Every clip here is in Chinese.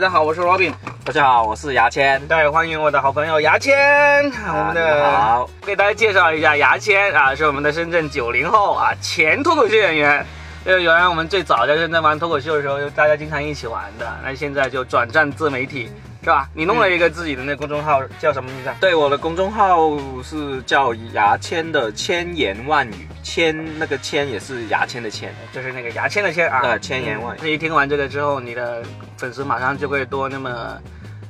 家好，我是罗宾。大家好，我是牙签。对，欢迎我的好朋友牙签。我们你们的好给大家介绍一下，牙签啊是我们的深圳九零后啊前脱口秀演员。呃，原来我们最早在深圳玩脱口秀的时候，大家经常一起玩的。那现在就转战自媒体，是吧？你弄了一个自己的那公众号，叫什么名字啊？对，我的公众号是叫牙签的千言万语，千那个千也是牙签的签。就是那个牙签的签啊。呃千言万语那一听完这个之后，你的粉丝马上就会多那么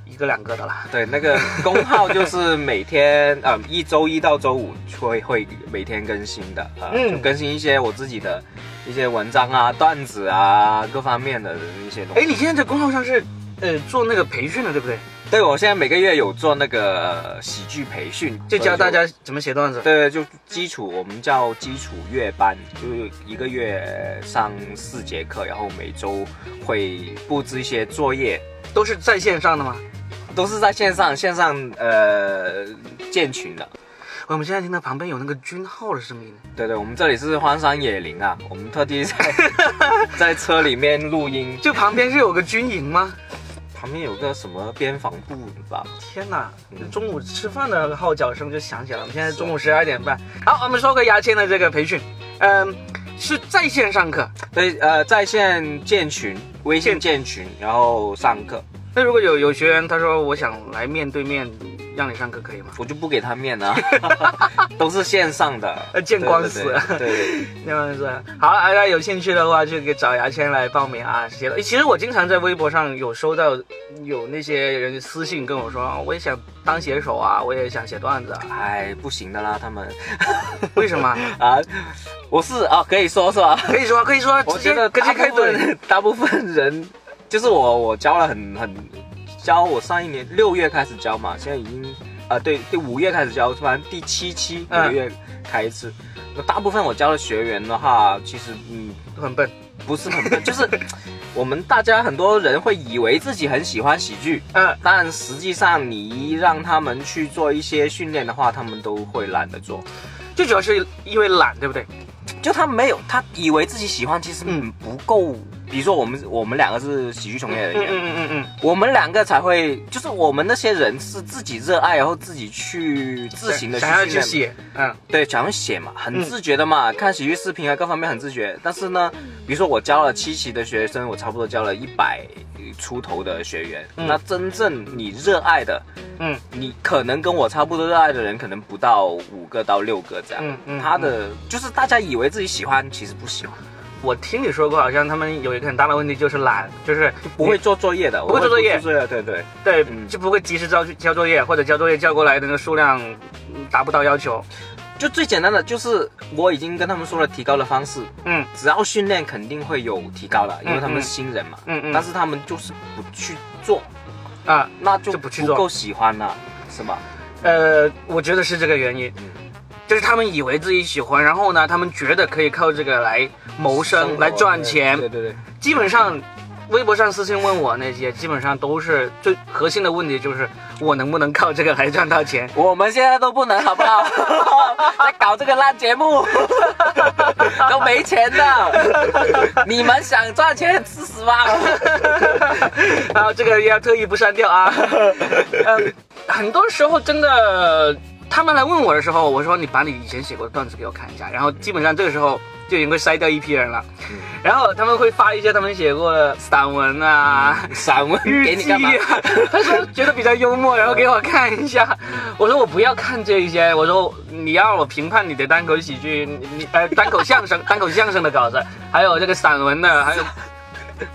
一个两个的啦。对，那个公号就是每天呃一周一到周五会会每天更新的，呃，嗯就更新一些我自己的一些文章啊、段子啊各方面的一些东哎，西。你现在在公号上是呃做那个培训的，对不对？对，我现在每个月有做那个呃喜剧培训，就教大所以家怎么写段子。对，就基础，我们叫基础月班，就是一个月上四节课，然后每周会布置一些作业，都是在线上的吗？都是在线上，线上呃建群的。我们现在听到旁边有那个军号的声音，对对，我们这里是荒山野林啊，我们特 地在在车里面录音，就旁边是有个军营吗？旁边有个什么边防部吧，天哪嗯！中午吃饭的号角声就响起了。我们现在中午十二点半。好，我们说回牙签的这个培训，嗯，是在线上课。所以呃在线建群，微信建群，然后上课，那如果有有学员他说我想来面对面让你上课，可以吗？我就不给他 面了，都是线上的，呃见光死对对对对对那样子，好，大家有兴趣的话，就给找牙签来报名啊。写了，其实我经常在微博上有收到有那些人私信跟我说，啊我也想当写手啊，我也想写段子啊，哎，不行的啦，他们为什么？啊，我是啊，可以说是吧？可以说，可以说，我直接觉得直接大开部怼。分 大部分人，就是我，我教了很很教我上一年六月开始教嘛，现在已经啊、对对五月开始教，反正第七期每嗯个月开一次。那大部分我教的学员的话，其实嗯很笨，不是很 笨，就是我们大家很多人会以为自己很喜欢喜剧，嗯，但实际上你让他们去做一些训练的话，他们都会懒得做。最主要是因为懒，对不对？就他没有，他以为自己喜欢，其实嗯嗯不够。比如说我们我们两个是喜剧从业人嗯员，嗯嗯嗯我们两个才会，就是我们那些人是自己热爱，然后自己去自嗯，行的想要去去训练，写，嗯对，想要写嘛，很嗯自觉的嘛，看喜剧视频啊，各方面很自觉。但是呢，比如说我教了七期的学生，我差不多教了一百出头的学员，嗯那真正你热爱的，嗯你可能跟我差不多热爱的人，可能不到五个到六个这样。嗯嗯。他的就是大家以为自己喜欢，其实不喜欢，嗯，我听你说过，好像他们有一个很大的问题就是懒，就是不会做作业的，不会做作业我不做作业，对对对嗯就不会及时交交作业，或者交作业交过来的那个数量嗯达不到要求。就最简单的就是我已经跟他们说了提高的方式，嗯只要训练肯定会有提高的，因为他们是新人嘛，嗯嗯。但是他们就是不去做，啊，那就就不去做够喜欢了，是吧？呃，我觉得是这个原因嗯，就是他们以为自己喜欢，然后呢，他们觉得可以靠这个来谋生、活来赚钱。嗯对对对，基本上，微博上私信问我那些，基本上都是最核心的问题，就是我能不能靠这个来赚到钱。我们现在都不能，好不 好？在搞这个烂节 目，都没钱的，你们想赚钱吃屎吧？然啊后这个要特意不删掉啊。嗯，很多时候真的，他们来问我的时候，我说你把你以前写过的段子给我看一下，然后基本上这个时候就已经会筛掉一批人了。然后他们会发一些他们写过的散文啊。 散文给日你记干嘛？啊， 他说觉得比较幽默，然后给我看一下。我说我不要看这一些，我说你要我评判你的单口喜剧，你你呃单口相声、单口相声的稿子，还有这个散文的，还有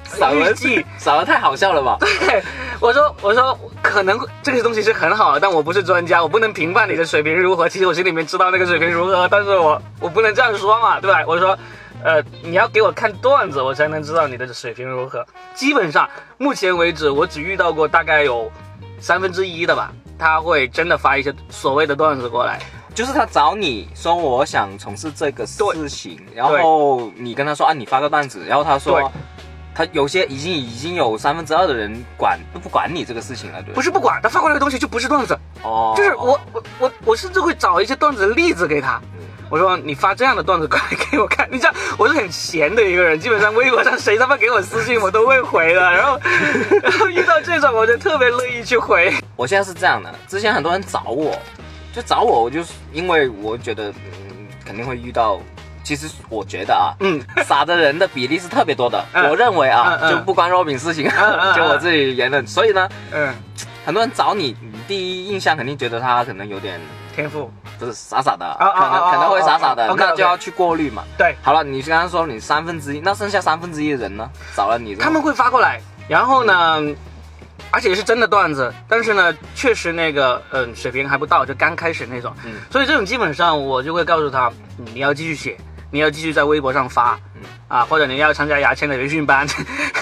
散文日记，散文太好笑了吧？对， 我说我说可能这个东西是很好的，但我不是专家，我不能评判你的水平如何。其实我心里面知道那个水平如何，但是我我不能这样说嘛，对吧？我说。呃，你要给我看段子，我才能知道你的水平如何。基本上，目前为止，我只遇到过大概有三分之一的吧，他会真的发一些所谓的段子过来。就是他找你说我想从事这个事情，然后你跟他说啊，你发个段子，然后他说对他有些已经已经有三分之二的人管都不管你这个事情了，对不是是不管，他发过来的东西就不是段子，哦，就是我我我我甚至会找一些段子例子给他。嗯我说你发这样的段子过来给我看，你知道 我是很闲的一个人，基本上微博上谁他妈给我私信我都会回的，然后 然后遇到这种我就特别乐意去回。我现在是这样的，之前很多人找我，就找我，我就是因为我觉得，嗯，肯定会遇到。其实我觉得啊，嗯，傻的人的比例是特别多的。 嗯我认为啊，嗯嗯就不关 Robin 事情，嗯嗯 就我自己言论。所以呢，嗯，很多人找你，你第一印象肯定觉得他可能有点天赋不是傻傻的，啊啊可啊能啊可能会傻傻的，啊啊那 OK，OK 就要去过滤嘛。对，好了，你刚刚说你三分之一，那剩下三分之一的人呢？找了你之后，他们会发过来，然后呢，而且是真的段子，但是呢，确实那个嗯、水平还不到，就刚开始那种，嗯所以这种基本上我就会告诉他，嗯你要继续写，你要继续在微博上发，嗯啊，或者你要参加牙签的培训班，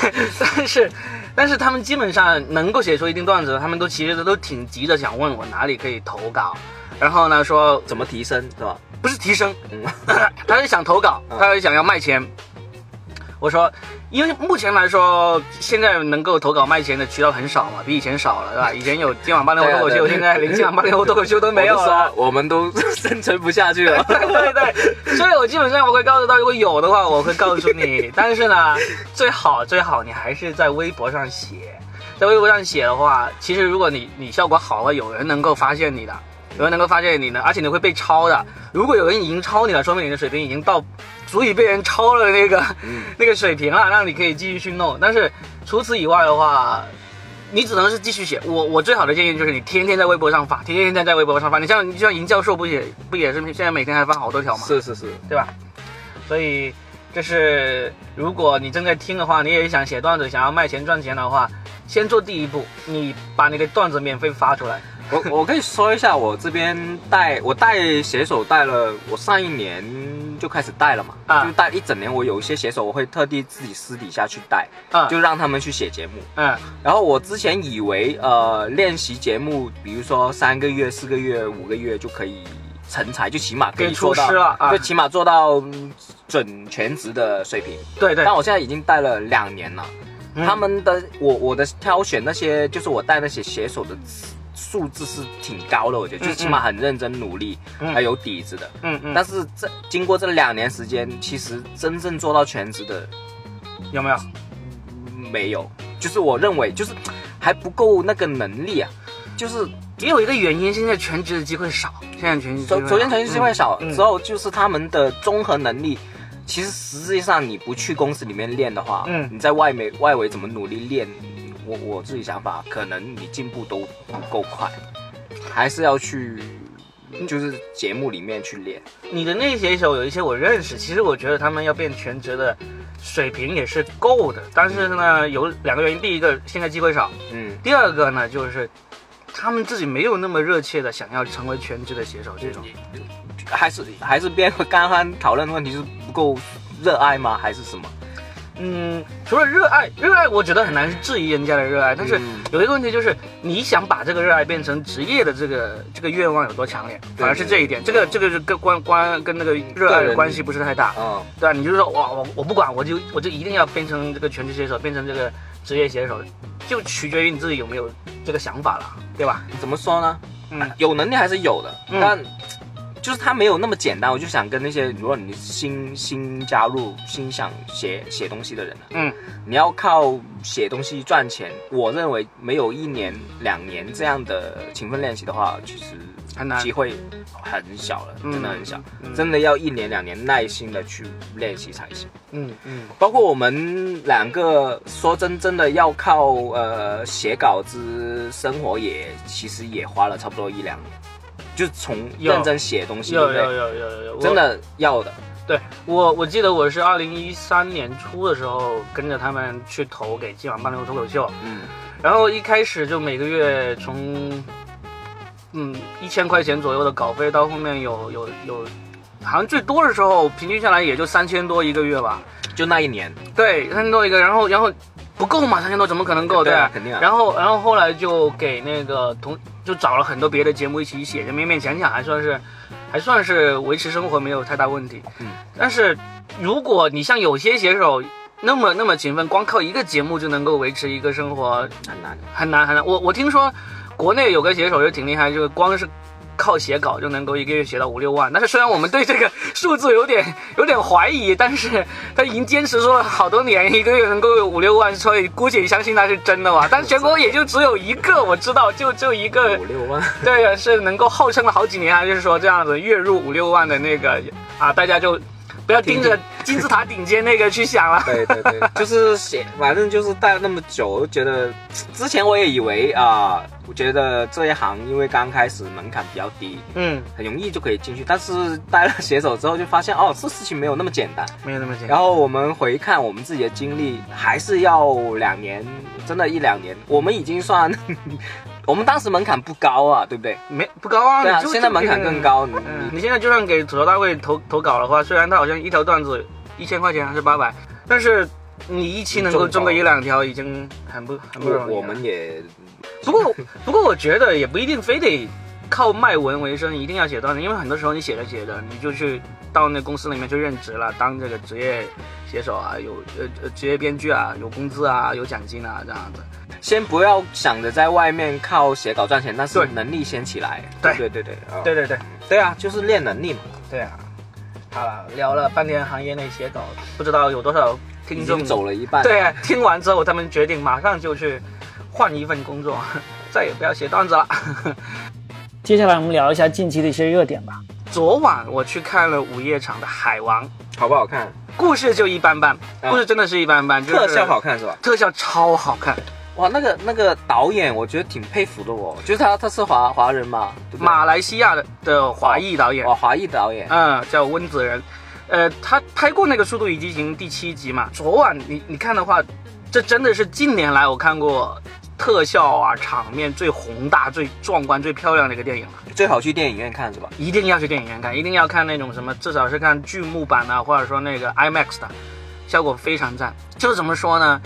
但是。但是他们基本上能够写出一定段子，他们都其实都挺急着想问我哪里可以投稿，然后呢说怎么提升，是吧？不是提升，嗯， 他是想投稿，嗯他是想要卖钱。我说，因为目前来说，现在能够投稿卖钱的渠道很少嘛，比以前少了，对吧？以前有今晚八零后脱口对啊秀，对啊现在连今晚八零后脱口秀都没有我就了说。我们都生存不下去了。对对对，所以我基本上我会告诉他，如果有的话，我会告诉你。但是呢，最好最好你还是在微博上写，在微博上写的话，其实如果你你效果好了，有人能够发现你的，有人能够发现你的，而且你会被抄的。如果有人已经抄你了，说明你的水平已经到足以被人抄了那个、 那个水平了，那你可以继续去弄。但是除此以外的话，你只能是继续写。我我最好的建议就是你天天在微博上发，天天在微博上发。你像你就像银教授不也不也是现在每天还发好多条吗？是是是，对吧？所以就是如果你正在听的话，你也想写段子，想要卖钱赚钱的话，先做第一步，你把你的段子免费发出来。我我可以说一下，我这边带我带写手带了，我上一年就开始带了嘛，啊就带一整年。我有一些写手，我会特地自己私底下去带，嗯，就让他们去写节目。嗯然后我之前以为，呃，练习节目，比如说三个月、四个月、五个月就可以成才，就起码可以给出做到，师了啊就起码做到嗯准全职的水平。对对但，我现在已经带了两年了，嗯他们的我我的挑选那些就是我带那些写手的素质是挺高的，我觉得就是起码很认真努力，嗯还有底子的。嗯嗯，但是这经过这两年时间，其实真正做到全职的有没有？没有，就是我认为就是还不够那个能力啊，就是也有一个原因，现在全职的机会少，现在全职机会首首先少程序会少，啊嗯嗯之后就是他们的综合能力。其实实际上你不去公司里面练的话，嗯你在外面外围怎么努力练，我我自己想法，可能你进步都不够快，还是要去就是节目里面去练。你的那些手有一些我认识，其实我觉得他们要变全职的水平也是够的，但是呢，有两个原因，第一个现在机会少，嗯，第二个呢就是他们自己没有那么热切的想要成为全职的写手这种。还是还是边刚刚讨论的问题是不够热爱吗？还是什么？嗯，除了热爱，热爱我觉得很难质疑人家的热爱，但是嗯有一个问题就是，你想把这个热爱变成职业的这个这个愿望有多强烈，反而是这一点，这个这个是跟关关跟那个热爱个的人关系不是太大。嗯，对啊，你就是说哇，我我不管，我就我就一定要变成这个全职写手，变成这个职业写手，就取决于你自己有没有这个想法了，对吧？怎么说呢？嗯有能力还是有的，嗯但就是他没有那么简单。我就想跟那些如果你新新加入、新想写写东西的人啊，嗯你要靠写东西赚钱，我认为没有一年、两年这样的勤奋练习的话，其实 很难机会很小了，嗯真的很小，嗯真的要一年、两年耐心的去练习才行。嗯嗯包括我们两个，说真真的要靠呃写稿子生活也，其实也花了差不多一两年，就从有认真写东西，对有不有对？有有有有，真的要的，对我，我记得我是二零一三年初的时候跟着他们去投给今晚八零后脱口秀，嗯，然后一开始就每个月从嗯一千块钱左右的稿费，到后面有有有，好像最多的时候平均下来也就三千多一个月吧。就那一年，对，三千多一个，然后然后不够嘛，三千多怎么可能够？对吧啊肯定啊 然后然后后来就给那个同就找了很多别的节目一起写，就勉勉强强还算是还算是维持生活没有太大问题。嗯，但是如果你像有些写手。那么那么勤奋，光靠一个节目就能够维持一个生活，很难。很难很难。我我听说国内有个写手就挺厉害，就是光是靠写稿就能够一个月写到五六万。但是虽然我们对这个数字有点有点怀疑，但是他已经坚持说了好多年，一个月能够有五六万，所以姑且相信他是真的吧。但全国也就只有一个，我知道就就一个五六万，对，是能够号称了好几年啊，就是说这样子月入五六万的那个啊，大家就不要盯着金字塔顶尖那个去想了。对对对， 就是写，反正就是待了那么久，我就觉得之前我也以为啊、我觉得这一行因为刚开始门槛比较低，嗯，很容易就可以进去，但是待了写手之后就发现哦，这事情没有那么简单。没有那么简单。然后我们回看我们自己的经历，还是要两年，真的，一两年，我们已经算， 我们当时门槛不高啊，对不对？没不高啊，对啊你，就现在门槛更。高，你嗯，你现在就算给吐槽大会投投稿的话，虽然他好像一条段子一千块钱还是八百，但是你一期能够中个一两条已经很不很不容易啊了。我我们也不过不过我觉得也不一定非得靠卖文为生，一定要写段子，因为很多时候你写着写着你就去到那公司里面去任职了，当这个职业写手啊，有呃呃职业编剧啊，有工资啊，有奖金啊这样子。先不要想着在外面靠写稿赚钱，但是对能力先起来。对对对 对，啊对对对对啊，就是练能力嘛。对啊！好了，聊了半天行业内写稿，不知道有多少已听众经走了一半，，对，听完之后他们决定马上就去换一份工作，再也不要写段子了。接下来我们聊一下近期的一些热点吧。昨晚我去看了午夜场的《海王》，好不好看？故事就一般般，啊故事真的是一般般，就是特效好，看是吧？特效超好看。哇，那个那个导演，我觉得挺佩服的哦，就是他他是华华人嘛，对不对？马来西亚的的华裔导演哇，，华裔导演，嗯，叫温子仁，呃，他拍过那个《速度与激情》第七集嘛。昨晚你你看的话，这真的是近年来我看过特效啊场面最宏大、最壮观、最漂亮的一个电影了。最好去电影院看是吧？一定要去电影院看，一定要看那种什么，至少是看剧目版的，或者说那个 IMAX 的，效果非常赞。就是怎么说呢，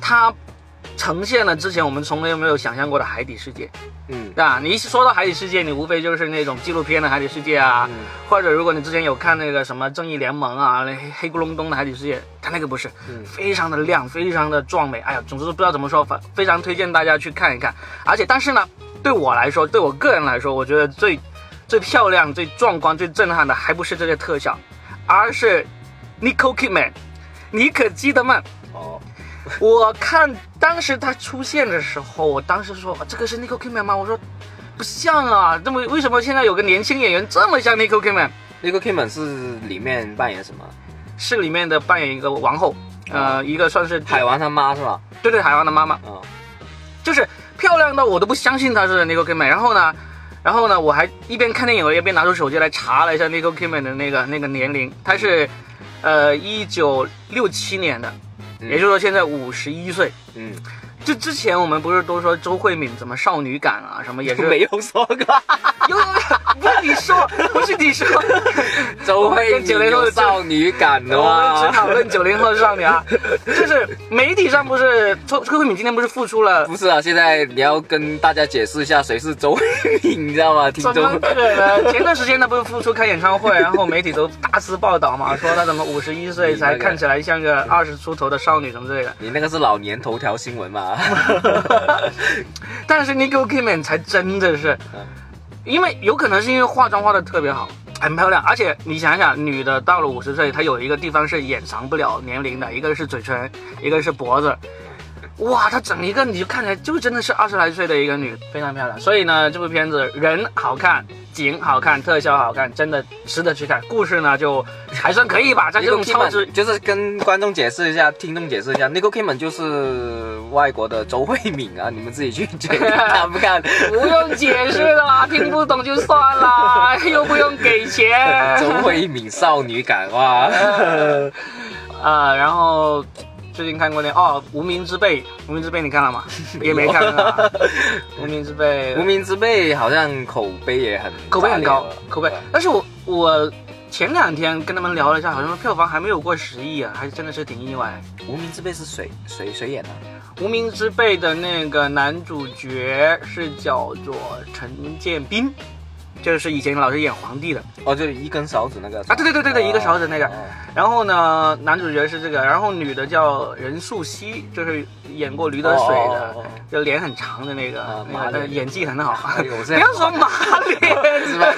它呈现了之前我们从来没有想象过的海底世界，嗯对吧？你一说到海底世界，你无非就是那种纪录片的海底世界啊，嗯或者如果你之前有看那个什么《正义联盟》啊，那黑黑咕隆咚的海底世界，它那个不是，嗯，非常的亮，非常的壮美。哎呀，总之不知道怎么说，反非常推荐大家去看一看。而且，但是呢，对我来说，对我个人来说，我觉得最最漂亮、最壮观、最震撼的，还不是这些特效，而是 Nicole Kidman，妮可基德曼。哦，我看当时他出现的时候，我当时说啊这个是 Nicole Kidman 吗？我说不像啊，这么为什么现在有个年轻演员这么像 Nicole Kidman？那个 Kidman 是里面扮演什么？是里面的扮演一个王后，哦呃，一个算是海王他妈是吧？对对海王的妈妈。嗯，就是漂亮到我都不相信她是 Nicole Kidman。然后呢，然后呢，我还一边看电影，我一边拿出手机来查了一下 Nicole Kidman 的那个那个年龄，她是，呃，一九六七年的，嗯也就是说现在五十一岁。嗯，就之前我们不是都说周慧敏怎么少女感啊，什么也是没有说过。有有有不是你说，不是你说， 周慧跟敏九零后有的少女感的我们只哇，讨论九零后少女啊，就是媒体上不是周周慧敏今天不是复出了不是啊，现在你要跟大家解释一下谁是周慧敏，你知道吗？听怎么众，可能？前段时间他不是复出开演唱会，然后媒体都大肆报道嘛，说他怎么五十一岁才看起来像个二十出头的少女什么之类的。你那个是老年头条新闻 嘛？ 但是 Nicole Kidman 才真的是嗯，因为有可能是因为化妆化的特别好，很漂亮。而且你想想，女的到了五十岁，她有一个地方是掩藏不了年龄的，一个是嘴唇，一个是脖子。哇，她整一个你就看起来就真的是二十来岁的一个女，非常漂亮。所以呢，这部片子人好看，景好看，特效好看，真的值得去看。故事呢就还算可以吧，在这种 Nicole 超值 Kidman 就是跟观众解释一下，听众解释一下，Nicole Kidman 就是外国的周慧敏啊，你们自己去 决定看不看。不用解释 啦，听不懂就算啦， 又不用给钱。 周慧敏少女感 哇，啊，然后最近看过那哦，《无名之辈》，《无名之辈》你看了 吗？也没看啊，《无名之辈无》名之辈好像口碑也很口碑很高炸裂了，口碑。但是我我前两天跟他们聊了一下，好像票房还没有过十亿啊，还真的是挺意外。无名之辈是谁谁谁演的？ 《无名之辈》的那个男主角是叫做陈建斌，就是以前老是演皇帝的哦，就是一根勺子那个啊，对对对对对，一个勺子那个。哦然后呢，男主角是这个，然后女的叫任素汐，就是演过《驴得水》哦哦哦的，就脸很长的那个啊，那马个脸演技很好。哎呦 我不现在要说马 脸，是吧？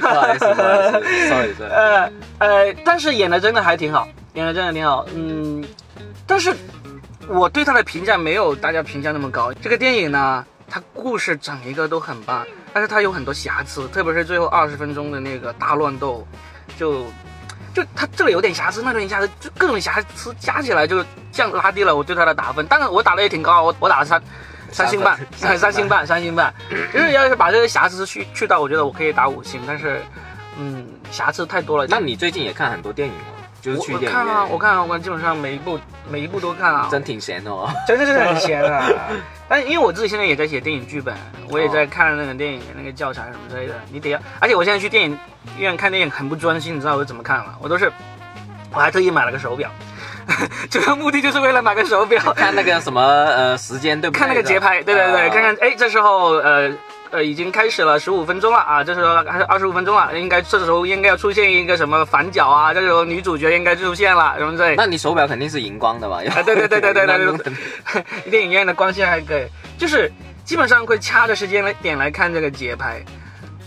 不好意思，不好意思，sorry sorry。呃呃，但是演的真的还挺好，演的真的挺好，嗯，但是我对他的评价没有大家评价那么高。这个电影呢，它故事整一个都很棒，但是它有很多瑕疵，特别是最后二十分钟的那个大乱斗，就就它这里有点瑕疵，那里有点瑕疵，就各种瑕疵加起来就这样拉低了我对它的打分。当然我打的也挺高，我我打了三。三星半，三分三星半，三星半，就是要是把这个瑕疵去去掉，我觉得我可以打五星，但是嗯，瑕疵太多了。那你最近也看很多电影吗？就是我去我电影看啊，院我看啊，我基本上每一部每一部都看啊，真挺闲的哦。真的是很闲啊。但因为我自己现在也在写电影剧本，我也在看那个电影、那个教材什么之类的，你得要。而且我现在去电影院看电影很不专心，你知道我怎么看吗？我都是，我还特意买了个手表，主要目的就是为了买个手表，看那个什么呃时间对不对？看那个节拍，对对对，呃看看，哎，这时候呃呃已经开始了十五分钟了啊，这时候还是二十五分钟了，应该这时候应该要出现一个什么反角啊，这时候女主角应该出现了什么之类的。那你手表肯定是荧光的吧？啊对对对对对对对对。电影院的光线还可以，就是基本上会掐着时间来点来看这个节拍，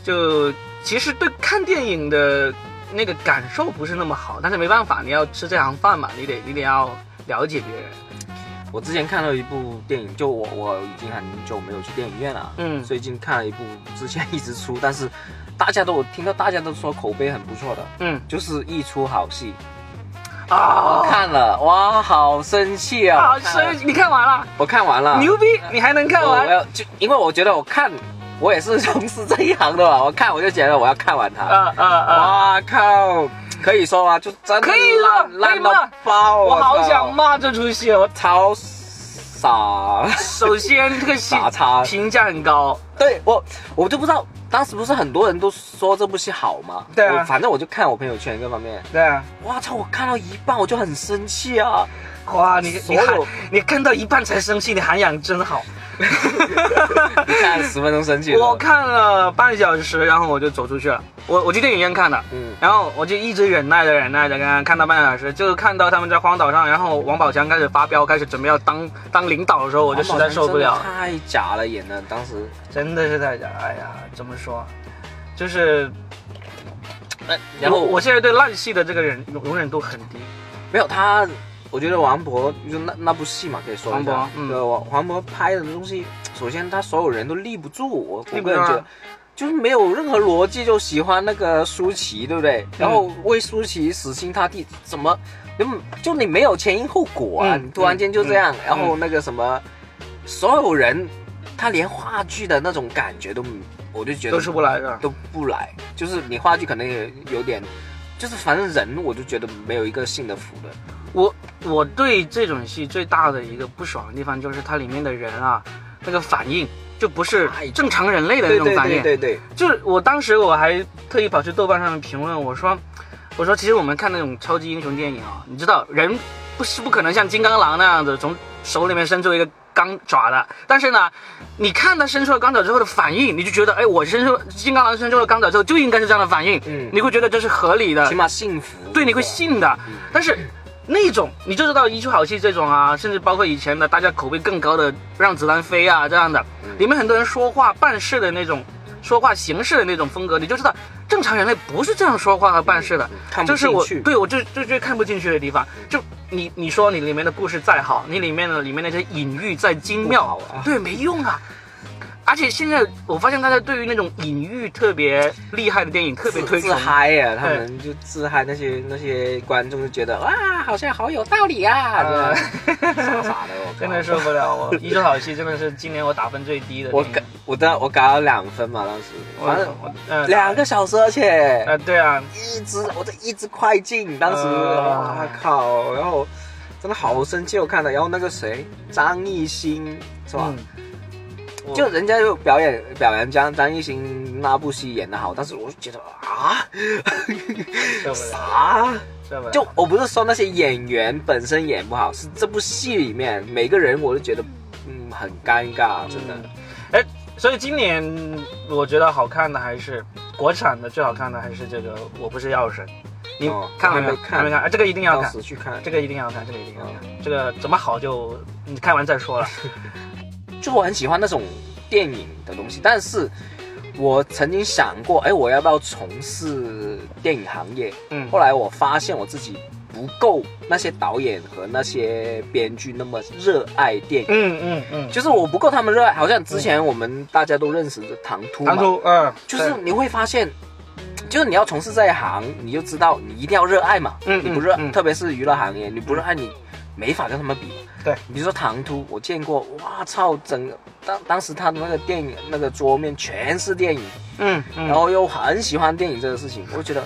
就其实对看电影的那个感受不是那么好，但是没办法，你要吃这行饭嘛，你得你得要了解别人。我之前看了一部电影，就我我已经很久没有去电影院了，嗯最近看了一部，之前一直出，但是大家都我听到大家都说口碑很不错的，嗯就是一出好戏，啊，我看了，哇，好生气啊！好我看了生，你看完了，我看完了，牛逼，你还能看我完我。要就因为我觉得我看，我也是从事这一行的嘛，我看我就觉得我要看完它。呃呃呃，哇靠，可以说吗？就真的可以了烂可以烂吗到爆！我好操想骂这出戏，我超 傻首先这个戏傻叉。评价很高，对我，我就不知道，当时不是很多人都说这部戏好吗？对啊我反正我就看我朋友圈各方面，对啊，哇操！我看到一半我就很生气 啊！哇，你所你有看你看到一半才生气，你涵养真 好。你看十分钟生气了，我看了半小时，然后我就走出去了。我我去电影院看的，嗯，然后我就一直忍耐着忍耐着，看看到半小时，就看到他们在荒岛上，然后王宝强开始发飙，开始准备要当当领导的时候，我就实在受不了王宝强真的了，太假了演的，当时真的是太假。哎呀，怎么说，就是然后我我现在对烂戏的这个忍容忍度很低。没有他，我觉得王勃就那那部戏嘛，可以说一下黄渤嗯对，王黄渤拍的东西，首先他所有人都立不住，我立不我个住啊人觉得。就是没有任何逻辑，就喜欢那个舒淇，对不嗯对？然后为舒淇死心塌地，怎么就就你没有前因后果啊？嗯你突然间就这样，嗯嗯然后那个什么，所有人他连话剧的那种感觉都，我就觉得都出不来是吧？都不来，就是你话剧可能也有点，就是反正人我就觉得没有一个信得服的。我我对这种戏最大的一个不爽的地方就是它里面的人啊，那个反应就不是太正常人类的那哎对种对反应对。对对，就是我当时我还特意跑去豆瓣上面评论，我说我说其实我们看那种超级英雄电影啊，你知道人不是不可能像金刚狼那样子从手里面伸出一个。钢爪的，但是呢，你看他伸出了钢爪之后的反应，你就觉得，哎，我伸出金刚狼伸出了钢爪之后就应该是这样的反应，嗯你会觉得这是合理的起，码幸福。呃对，你会信的。嗯但是那种你就知道一出好戏这种啊，甚至包括以前的大家口碑更高的《让子弹飞》啊这样的，嗯里面很多人说话办事的那种说话形式的那种风格，你就知道正常人类不是这样说话和办事的。嗯看这不是进我去。对我就就最看不进去的地方。就你你说你里面的故事再好，你里面的里面那些隐喻再精妙不好啊，对，没用啊。而且现在我发现大家对于那种隐喻特别厉害的电影特别推自崇自，嗨呀、他对们就自嗨，那些那些观众就觉得哇，好像好有道理啊，啊 这样傻傻的，我靠真的受不了我。一出好戏真的是今年我打分最低的电我影。搞我当我搞了两分嘛，当时反正我嗯两个小时，而且呃对啊，一直我在一直快进，当时啊哇靠，然后真的好生气，我看了，然后那个谁张艺兴是吧？嗯我就人家就表演表扬张张艺兴那部戏演的好，但是我就觉得啊，受不了，啥？受不了。就我不是说那些演员本身演不好，是这部戏里面每个人我都觉得嗯很尴尬，真的。哎，所以今年我觉得好看的还是国产的，最好看的还是这个《我不是药神》，你哦看了没有？还没看哦还没看啊？这个一定要到看时，去看这个一定要看，这个一定要看，这个怎么好就你看完再说了。就我很喜欢那种电影的东西，但是我曾经想过，哎，我要不要从事电影行业？嗯后来我发现我自己不够那些导演和那些编剧那么热爱电影。嗯嗯嗯，就是我不够他们热爱，好像之前我们大家都认识的唐突嘛，唐突，嗯，就是你会发现，就是你要从事这一行，你就知道你一定要热爱嘛。嗯你不热，嗯嗯特别是娱乐行业，你不热哎爱你没法跟他们比。对，比如说唐突，我见过，哇操，整个当当时他的那个电影那个桌面全是电影，嗯然嗯，后又很喜欢电影这个事情，我就觉得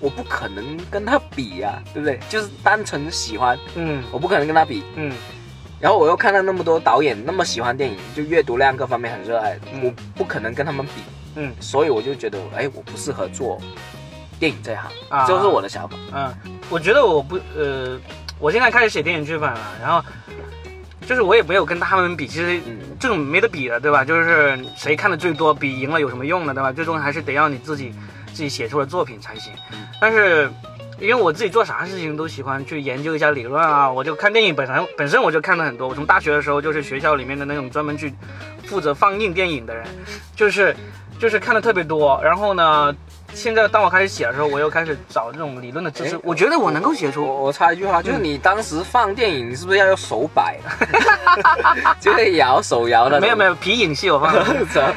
我不可能跟他比呀、对不对？就是单纯喜欢，嗯我不可能跟他比。嗯然后我又看到那么多导演那么喜欢电影，就阅读量各方面很热爱，嗯我不可能跟他们比，嗯，所以我就觉得，哎，我不适合做电影这一行，啊这是我的想法。嗯，我觉得我不呃，我现在开始写电影剧本了，然后就是我也没有跟他们比，其实嗯，这种没得比的，对吧？就是谁看的最多，比赢了有什么用呢，对吧？最终还是得要你自己自己写出的作品才行嗯。但是因为我自己做啥事情都喜欢去研究一下理论啊，我就看电影本身本身我就看了很多。我从大学的时候就是学校里面的那种专门去负责放映电影的人，就是就是看的特别多。然后呢，现在当我开始写的时候，我又开始找这种理论的知识哎。我觉得我能够写我出，我插一句话，就是你当时放电影，你是不是要用手 摆，就是摇手摇的？没有没有皮影戏我放 的。有，啊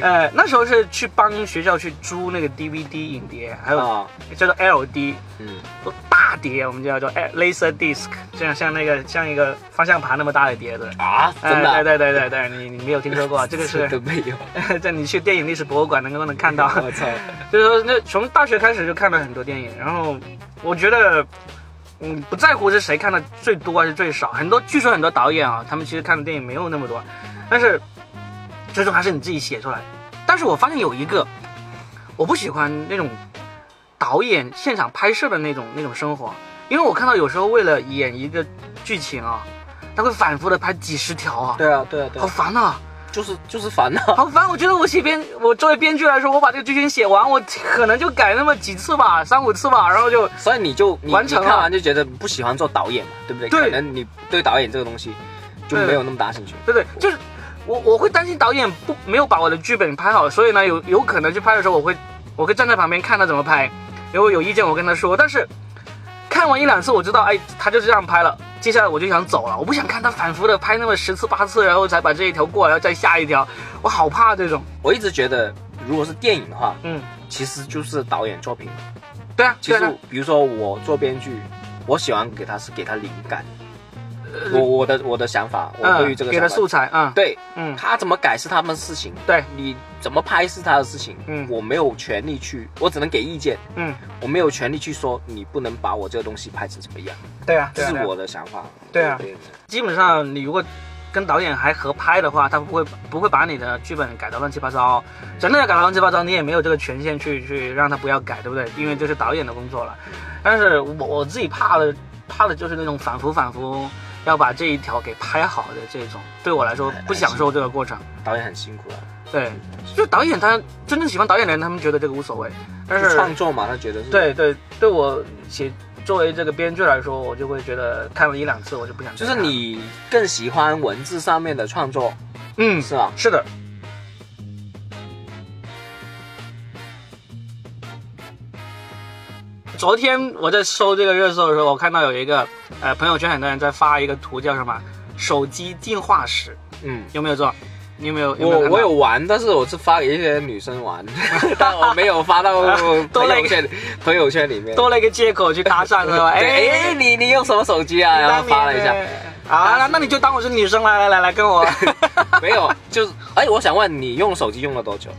呃，那时候是去帮学校去租那个 DVD 影碟，还 啊有叫做 LD，嗯都大碟，我们叫叫 laser disc，这样像那个像一个方向盘那么大的碟子。啊，哎真的啊，对对对对对，你你没有听说过，这个是 都没有，在你去电影历史博物馆能够能看到。我操，所以说，那从大学开始就看了很多电影，然后我觉得，嗯，不在乎是谁看的最多还是最少，很多据说很多导演啊，他们其实看的电影没有那么多，但是最终还是你自己写出来。但是我发现有一个，我不喜欢那种导演现场拍摄的那种那种生活，因为我看到有时候为了演一个剧情啊，他会反复的拍几十条啊，对啊对啊对好啊，烦啊。就是就是烦恼，好烦！我觉得我写编，我作为编剧来说，我把这个剧情写完，我可能就改那么几次吧，三五次吧，然后就所以你就你完你成了看完就觉得不喜欢做导演嘛，对不对？对可能你对导演这个东西就没有那么大兴趣。对对，就是我我会担心导演不没有把我的剧本拍好，所以呢，有有可能去拍的时候，我会我会站在旁边看他怎么拍，如果有意见我跟他说，但是看完一两次我知道，哎，他就这样拍了。接下来我就想走了，我不想看他反复的拍那么十次八次，然后才把这一条过，然后再下一条，我好怕这种。我一直觉得，如果是电影的话，嗯，其实就是导演作品。对啊，其对啊实，比如说我做编剧，我喜欢给他是给他灵感。我我的我的想法，我对于这个呃嗯、给想他法素材啊，对嗯他怎么改是他们的事情，对你怎么拍是他的事情，嗯我没有权利去，我只能给意见，嗯，我没有权利去说你不能把我这个东西拍成什么样，对啊，这对啊是对啊我的想法。对啊对基本上你如果跟导演还合拍的话，他不会不会把你的剧本改到乱七八糟。真的要改到乱七八糟，你也没有这个权限去去让他不要改，对不对？因为这是导演的工作了。但是我我自己怕的怕的就是那种反复反复要把这一条给拍好的这种，对我来说不享受这个过程。导演很辛苦啊，对，就导演他真正喜欢导演的人，他们觉得这个无所谓，但就是创作嘛，他觉得是，对对，对我写作为这个编剧来说，我就会觉得看了一两次我就不想再就看了。是你更喜欢文字上面的创作，嗯是吧？是的。昨天我在搜这个热搜的时候，我看到有一个呃朋友圈很多人在发一个图，叫什么“手机进化史嗯”，。有没有做？你有没有？有没我看到我有玩，但是我是发给一些女生 玩，但我没有 发到多朋了一友个圈朋友圈里面。多了一个借口去搭讪是 吧？对哎哎，，你你用什么手机啊？然后发了一下，下。啊，那那你就当我是女生来来来来跟 我。没有，就是哎，我想问你用手机用了多久？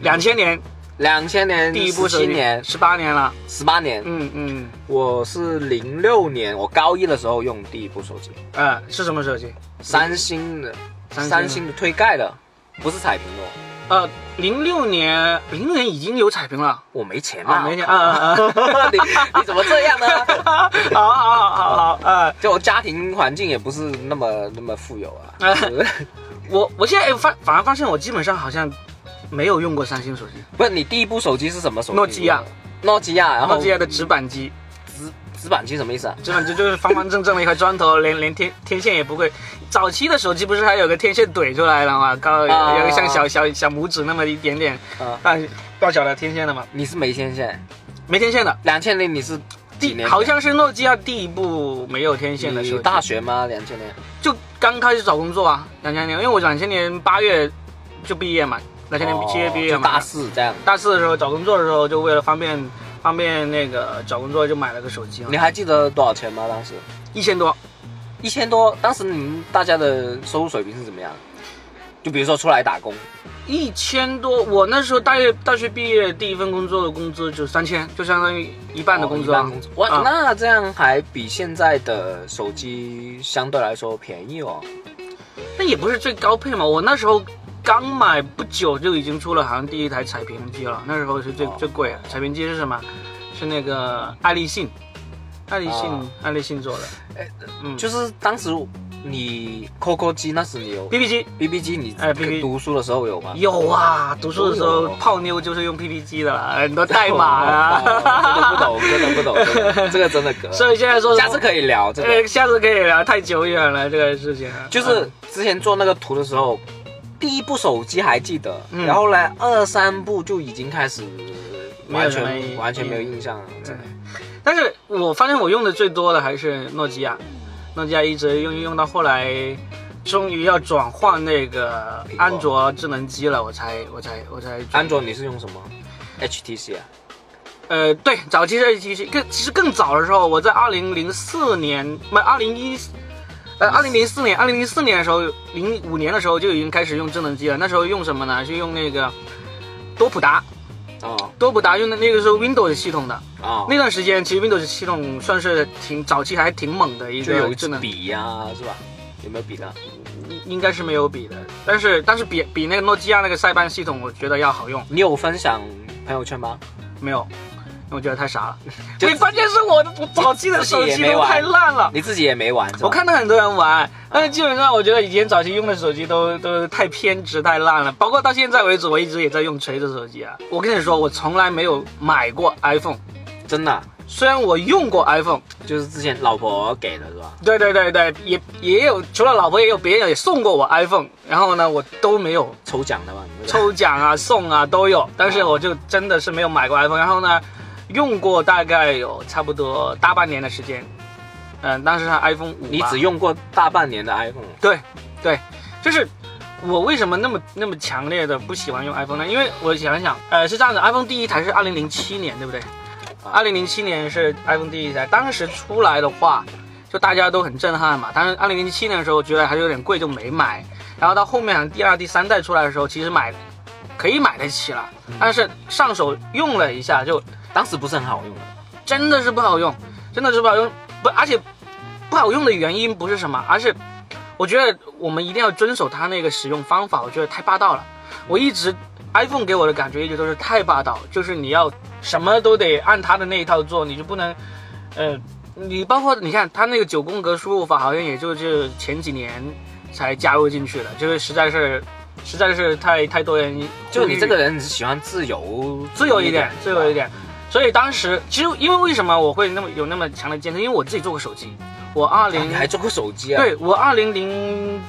两千年两千年、第一部手机七年、十八年了。十八年，嗯嗯我是零六年，我高一的时候用第一部手机，呃，是什么手机？三星的，三星的三星的推盖的，不是彩屏的哦，呃，零六年零六年已经有彩屏了。我没钱啊，啊，没钱，我靠啊啊 你 你怎么这样呢？啊！好好好好，呃， 就我家庭环境也不是那么那么富有啊，哎对不对我我现在哎发反而发现我基本上好像没有用过三星手机，不是你第一部手机是什么手机？诺基亚，诺基亚，然后诺基亚的直板机，直直板机什么意思啊？直板机就是方方正正的一块砖头，连连天天线也不会。早期的手机不是还有个天线怼出来了嘛，高啊有有个像小小小拇指那么一点点啊大大小的天线的嘛，你是没天线，没天线的。两千年你是几第年？好像是诺基亚第一部没有天线的手你机，大学吗？两千年？就刚开始找工作啊，两千年，因为我两千年八月就毕业嘛，两千年七月毕业哦就嘛，大四这样。大四的时候找工作的时候，就为了方便方便那个找工作，就买了个手机嘛你，还记得多少钱吗？当时一千多，一千多。当时你们大家的收入水平是怎么样？就比如说出来打工，一千多。我那时候大学大学毕业第一份工作的工资就三千，就相当于一半的工资哦一啊。般工资哇，啊那这样还比现在的手机相对来说便宜哦。那也不是最高配嘛，我那时候刚买不久就已经出了好像第一台彩屏机了，那时候是最、哦最贵的。彩屏机是什么？是那个爱立信，爱立信，哦哎爱立信做的。嗯，就就是当时你 QQ 机那时你有 BB 机 BB 机，你哎，BB 读书的时候有吗？有啊，读书的时都有候哦泡妞就是用 PP 机的啦，很多代码啊。哦真的不懂，真的不懂，这个真的隔。 所以现在说什下么次可以聊这个，呃，下次可以聊，太久远了这个事情啊。就是之前做那个图的时候，第一部手机还记得，嗯然后呢二三部就已经开始没有完什么全完全没有印印象了，真的。但是我发现我用的最多的还是诺基亚，诺基亚一直用用到后来，终于要转换那个苹果安卓智能机了，我才我才我才安卓你是用什么？HTC 啊？呃对，早期是 HTC，更其实更早的时候，我在二零零四年不二零一。呃，二零零四年，二零零四年的时候，零五年的时候就已经开始用智能机了。那时候用什么呢？是用那个多普达，哦多普达用的那个是 Windows 系统的，哦，那段时间，其实 Windows 系统算是挺早期，还挺猛的一就有个一智支能，笔呀、是吧？有没有笔的？应应该是没有比的。但是，但是比比那个诺基亚那个塞班系统，我觉得要好用。你有分享朋友圈吗？没有，因为我觉得太傻了。 就对，关键是我的我早期的手自己机也没都玩太烂了。你自己也没玩，是吧啊我看到很多人玩，但是基本上我觉得以前早期用的手机都都太偏执、太烂了。包括到现在为止，我一直也在用锤子手机啊。我跟你说，我从来没有买过 iPhone，真的啊、虽然我用过 iPhone，就是之前老婆给的是吧？对对对对，也也有，除了老婆，也有别人也送过我 iPhone，然后呢，我都没有抽奖的嘛，你们抽奖啊、送啊都有，但是我就真的是没有买过 iPhone，然后呢，用过大概有差不多大半年的时间，嗯、当时是 iPhone 五，你只用过大半年的 iPhone，对对，就是我为什么那么那么强烈的不喜欢用 iPhone 呢？因为我想一想，呃，是这样的，iPhone 第一台是二零零七年，对不对？二零零七年是 iPhone 第一台，当时出来的话，就大家都很震撼嘛。但是二零零七年的时候，我觉得还是有点贵，就没买。然后到后面好像第二、第三代出来的时候，其实买可以买得起了，但是上手用了一下，就当时不是很好用的。真的是不好用，真的是不好用。不，而且不好用的原因不是什么，而是我觉得我们一定要遵守它那个使用方法，我觉得太霸道了。我一直 iPhone 给我的感觉一直都是太霸道，就是你要什么都得按它的那一套做，你就不能，呃，你包括你看它那个九宫格输入法，好像也就是前几年才加入进去的，就是实在是实在是太太多人就你呼吁这个人，你是喜欢自由，自由一点，自由一点。点。所以当时其实因为为什么我会那么有那么强的坚持，因为我自己做过手机，我二啊零你还做过手机啊？，对我二零零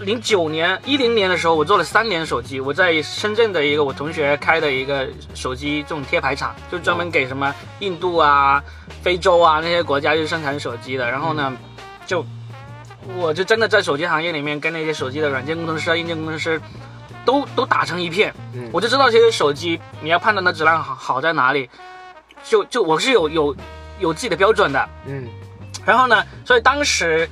零九年一零年的时候，我做了三年手机，我在深圳的一个我同学开的一个手机这种贴牌厂，就专门给什么印度啊、非洲啊那些国家去生产手机的。然后嗯呢，就我就真的在手机行业里面跟那些手机的软件工程师、啊、硬件工程师都都打成一片。嗯我就知道这些手机，你要判断它质量好好在哪里，就就我是有有有自己的标准的。嗯，然后呢，所以当时，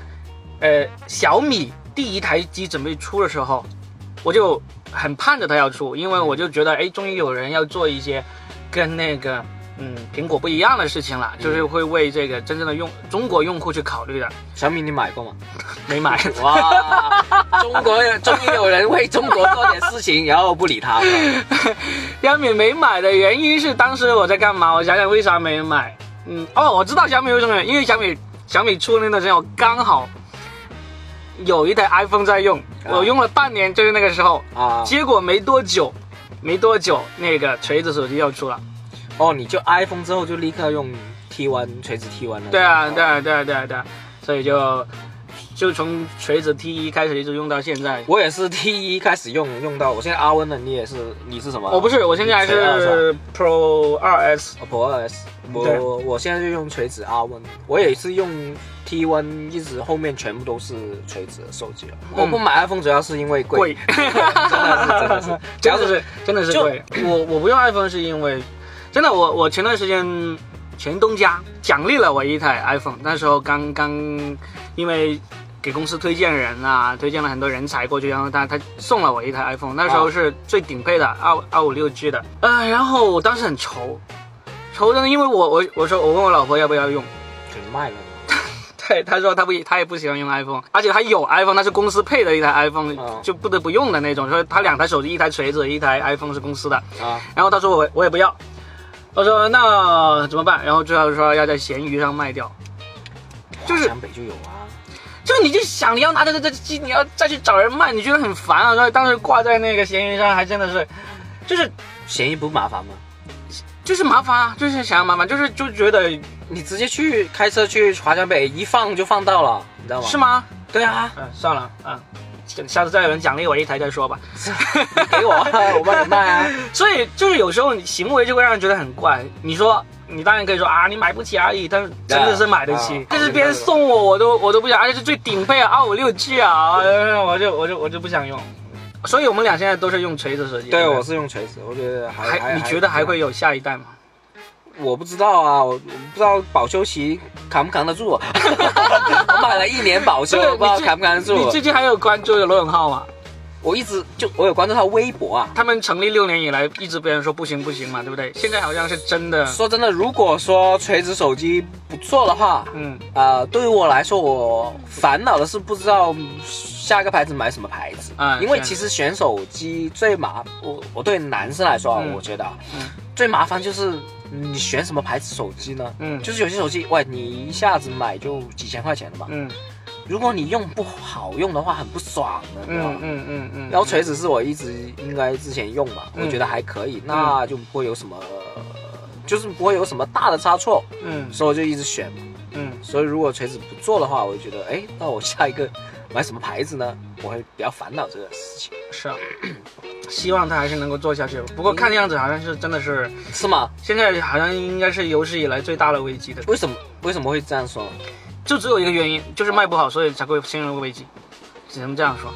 呃，小米第一台机准备出的时候，我就很盼着它要出，因为我就觉得，哎，终于有人要做一些跟那个嗯苹果不一样的事情了，就是会为这个真正的用中国用户去考虑的。小米你买 过吗？没买，哇，中国人 终于有人为中国做点事情，然后不理他了。小米没买的原因是当时我在干嘛？我想想为啥没买。嗯，哦，我知道小米为什么没买，因为小米小米出那段时间我刚好有一台 iPhone 在用，啊我用了半年，就是那个时候，啊，结果没多久，没多久那个锤子手机又出了。哦，你就 iPhone 之后就立刻用 T 1垂直 T 1了。对啊，对啊，对啊，对啊，对啊，所以就就从锤子 T 一开始一直用到现在。我也是 T 1开始用用到，我现在 R 1了，你也是，你是什么？我不是，我现在还锤二是 Pro 2 S。哦 Pro 2 S，对我我现在就用垂直 R 1我也是用 T 1一直后面全部都是垂直的手机了。我不买 iPhone 主要是因为贵，嗯贵， 真 的是，主真要的是是真的是就贵。我我不用 iPhone 是因为，真的我我前段时间前东家奖励了我一台 iPhone，那时候刚刚因为给公司推荐人啊，推荐了很多人才过去，然后他他送了我一台 iPhone，那时候是最顶配的二二五六 G 的，呃，然后我当时很愁，愁的呢，因为我我我说我问我老婆要不要用。给卖了。对，他说他不，他也不喜欢用 iPhone，而且他有 iPhone，那是公司配的一台 iPhone，、嗯就不得不用的那种。说他两台手机，一台锤子，一台 iPhone 是公司的。啊，然后他说我我也不要，我说那怎么办？然后最后说要在闲鱼上卖掉。就是湘北就有啊，就你就想你要拿着这这机，你要再去找人卖，你觉得很烦啊。所以当时挂在那个闲鱼上，还真的是，就是嫌疑不麻烦吗？就是麻烦啊，就是想要麻烦，就是就觉得你直接去开车去华强北一放就放到了，你知道吗？是？吗？对 啊，嗯，算了，嗯，下次再有人奖励我一台再说吧。给我啊，我帮你 卖啊。所以就是有时候你行为就会让人觉得很怪。你说你当然可以说啊，你买不起而已，但是真的是买得起啊。但是别人送我，我都我都不想，而且是最顶配二五六 G 啊，呃我就我就我就不想用。所以我们俩现在都是用锤子手机。对，不我是用锤子，我觉得还还你觉得还会？有下一代吗？我不知道啊，我我不知道保修期扛不扛得住。 我买了一年保修，对我不知道你最扛不扛得你住。最近还有关注罗永浩吗？我一直就我有关注他微博啊。他们成立六年以来，一直被人说不行不行嘛，对不对？现在好像是真的，说真的，如果说锤子手机不错的话，嗯，呃，对于我来说，我烦恼的是不知道下一个牌子买什么牌子，啊因为这样其实选手机最麻，我我对男生来说啊，嗯我觉得、啊嗯最麻烦就是你选什么牌子手机呢？嗯就是有些手机，喂，你一下子买就几千块钱了嘛，嗯如果你用不好用的话，很不爽的，你知道吗嗯嗯嗯嗯，然后锤子是我一直应该之前用嘛，嗯我觉得还可以，那就不会有什么，就是不会有什么大的差错，嗯所以我就一直选嘛。嗯所以如果锤子不做的话，我就觉得，哎，那我下一个买什么牌子呢？我会比较烦恼这个事情，是啊，希望他还是能够做下去。不过看样子好像是真的是，是吗？现在好像应该是有史以来最大的危机的，为什么为什么会这样说呢？就只有一个原因，就是卖不好，所以才会陷入危机，只能这样说。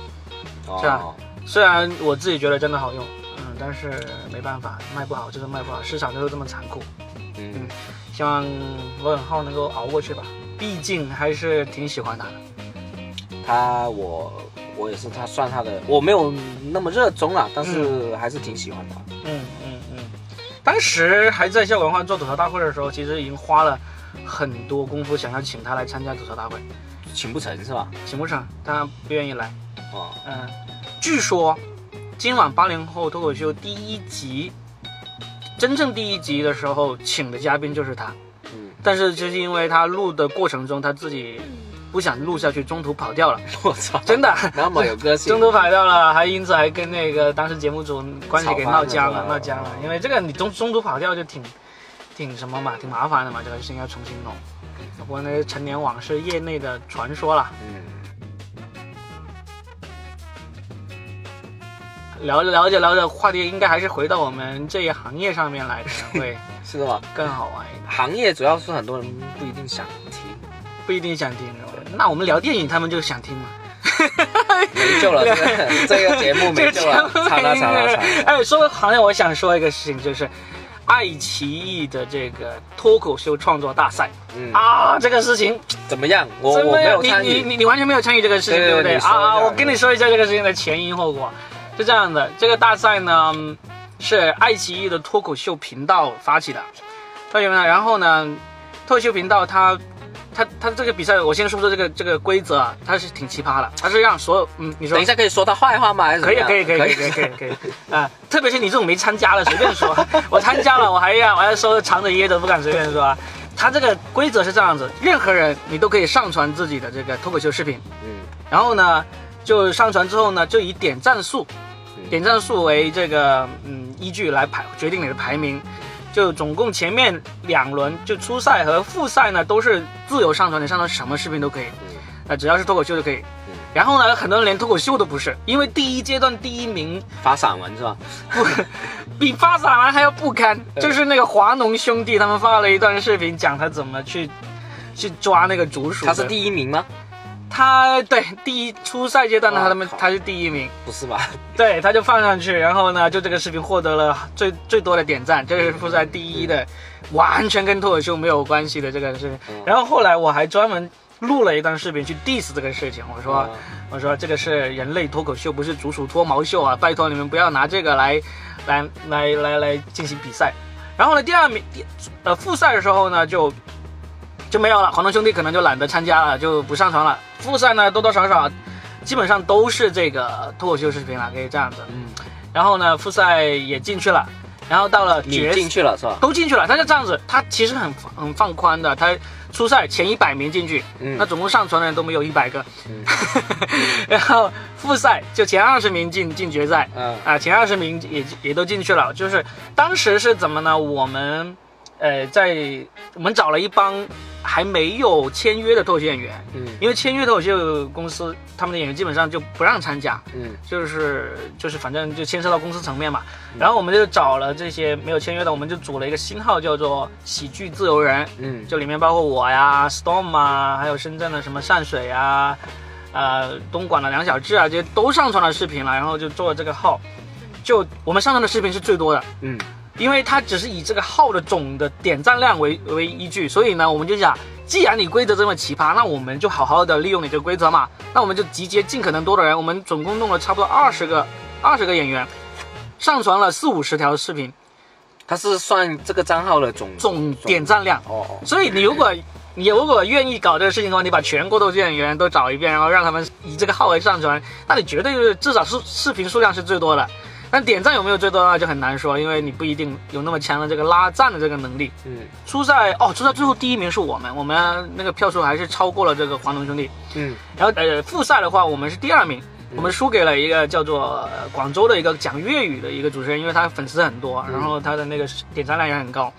哦是啊虽然我自己觉得真的好用，嗯，但是没办法，卖不好就是卖不好，市场就是这么残酷。嗯，希望罗永浩能够熬过去吧，毕竟还是挺喜欢他的。嗯他我我也是他算他的，我没有那么热衷啊啦，但是还是挺喜欢他。嗯嗯嗯，当时还在校文化做吐槽大会的时候，其实已经花了很多功夫想要请他来参加吐槽大会。请不成是吧？请不上，他不愿意来。哦，嗯，据说今晚八零后脱口秀第一集，真正第一集的时候请的嘉宾就是他，嗯， 但是就是因为他录的过程中他自己不想录下去，中途跑掉了，我操，真的。那么有个 性中，途跑掉了，还因此还跟那个当时节目组关系给闹僵吵了，翻了闹僵了。因为这个你中中途跑掉就挺挺什么嘛，挺麻烦的嘛，这个事情要重新弄。不过那是陈年往事，业内的传说了。嗯，聊着聊着聊着，话题应该还是回到我们这一行业上面来，可能会是的吧？更好玩一点。行业主要是很多人不一定想听，不一定想听，那我们聊电影，他们就想听嘛。没救了，这个这个节目没救了，这个惨了节目惨了惨了！ 哎，说好像我想说一个事情，就是爱奇艺的这个脱口秀创作大赛嗯，啊，这个事情怎么样？我真我的没有你参你与，你你完全没有参与这个事情，对对对不对对？你说一下啊，我跟你说一下这个事情的前因后果，是这样的，这个大赛呢嗯是爱奇艺的脱口秀频道发起的，脱口秀频道，然后呢，脱口秀频道它。它它这个比赛，我先说说这个这个规则啊，它是挺奇葩的，它是让所有嗯，你说等一下可以说他坏话吗？还是可以可以可以可以可以以可以可以啊！特别是你这种没参加的，随便说。我参加了，我还要我还说藏着掖着，不敢随便说啊。他这个规则是这样子，任何人你都可以上传自己的这个脱口秀视频，嗯，然后呢，就上传之后呢，就以点赞数，点赞数为这个嗯依据来排决定你的排名。就总共前面两轮就初赛和复赛呢都是自由上传，你上传什么视频都可以，嗯那呃只要是脱口秀就可以。然后呢，很多人连脱口秀都不是，因为第一阶段第一名发散文是吧？不 比发散完还要不堪。嗯就是那个华农兄弟他们发了一段视频，讲他怎么去去抓那个竹鼠的。他是第一名吗？他对第一初赛阶段呢，哇他们靠他是第一名，不是吧？对，他就放上去，然后呢，就这个视频获得了最最多的点赞，这是复赛第一的，完全跟脱口秀没有关系的这个视频。嗯然后后来我还专门录了一段视频去 diss 这个事情，我说、哦我说这个是人类脱口秀，不是竹鼠脱毛秀啊！拜托你们不要拿这个来，来来来来进行比赛。然后呢，第二名，第呃复赛的时候呢，就就没有了，黄龙兄弟可能就懒得参加了，就不上传了。复赛呢，多多少少基本上都是这个脱口秀视频了，可以这样子。嗯，然后呢，复赛也进去了，然后到了你决嗯进去了是吧？都进去了，他就这样子，他其实很很放宽的，他初赛前一百名进去，嗯那总共上传的人都没有一百个， 然后复赛就前二十名进进决赛，嗯啊、前二十名也也都进去了，就是当时是怎么呢？我们呃在我们找了一帮还没有签约的脱口秀演员，嗯因为签约脱口秀公司他们的演员基本上就不让参加，嗯就是就是反正就牵涉到公司层面嘛。然后我们就找了这些没有签约的，我们就组了一个新号，叫做喜剧自由人，嗯，就里面包括我呀、Storm 啊，还有深圳的什么善水啊、呃东莞的梁小志啊，这些都上传了视频了，然后就做了这个号。就我们上传的视频是最多的，嗯因为它只是以这个号的总的点赞量为为依据，所以呢，我们就想，既然你规则这么奇葩，那我们就好好的利用你这个规则嘛。那我们就集结尽可能多的人，我们总共弄了差不多二十个二十个演员，上传了四五十条视频，他是算这个账号的总总点赞量。哦哦，所以你如果你如果愿意搞这个事情的话，你把全国的演员都找一遍，然后让他们以这个号为上传，那你绝对就是至少是视频数量是最多的。但点赞有没有最多啊那就很难说，因为你不一定有那么强的这个拉赞的这个能力。嗯初赛哦，初赛最后第一名是我们，我们那个票数还是超过了这个黄龙兄弟。嗯然后呃，复赛的话，我们是第二名，我们输给了一个叫做呃广州的一个讲粤语的一个主持人，因为他粉丝很多，然后他的那个点赞量也很高。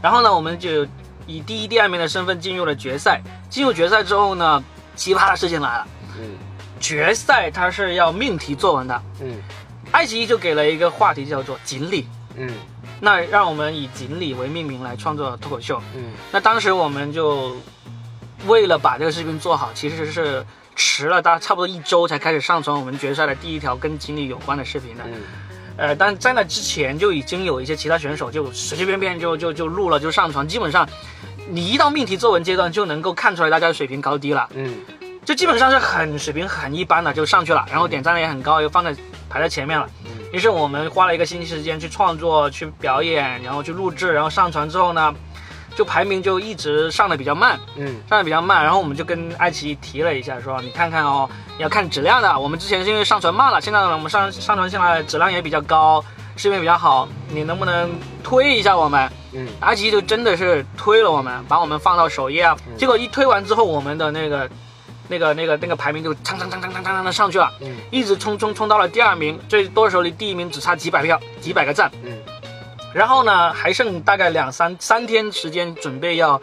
然后呢，我们就以第一、第二名的身份进入了决赛。进入决赛之后呢，奇葩的事情来了，嗯决赛它是要命题作文的，嗯爱奇艺就给了一个话题叫做锦鲤。嗯那让我们以锦鲤为命名来创作脱口秀。嗯那当时我们就为了把这个视频做好，其实是迟了大差不多一周才开始上传我们决赛的第一条跟锦鲤有关的视频的。嗯呃，但在那之前就已经有一些其他选手就随随便便就就就录了就上传，基本上你一到命题作文阶段就能够看出来大家的水平高低了，嗯就基本上是很水平很一般的就上去了，然后点赞量也很高，又放在排在前面了。于是我们花了一个星期时间去创作、去表演，然后去录制，然后上传之后呢，就排名就一直上的比较慢，嗯上的比较慢。然后我们就跟爱奇艺提了一下说，你看看哦，你要看质量的。我们之前是因为上传慢了，现在呢我们上上传下来质量也比较高，视频比较好，你能不能推一下我们？嗯爱奇艺就真的是推了我们，把我们放到首页啊。结果一推完之后，我们的那个、那个、那个、那个排名就蹭蹭蹭蹭蹭蹭蹭的上去了，嗯一直冲冲冲到了第二名，最多的时候离第一名只差几百票、几百个赞。嗯然后呢，还剩大概两三三天时间准备要，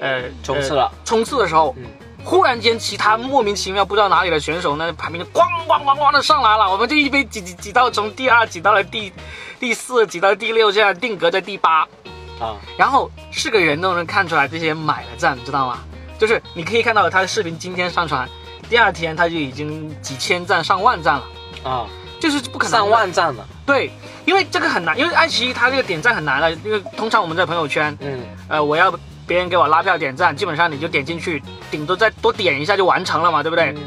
呃，冲刺呃了冲刺的时候，嗯忽然间其他莫名其妙不知道哪里的选手呢，排名就咣咣咣咣的上来了，我们就一杯挤挤挤到从第二挤到了第第四，挤到第六，现在定格在第八。啊然后是个人都能看出来这些人买了赞，你知道吗？就是你可以看到他的视频今天上传，第二天他就已经几千赞、上万赞了，啊，就是不可能的上万赞了，对，因为这个很难，因为爱奇艺它这个点赞很难了，因为通常我们在朋友圈，嗯呃，我要别人给我拉票点赞，基本上你就点进去，顶多再多点一下就完成了嘛，对不对？嗯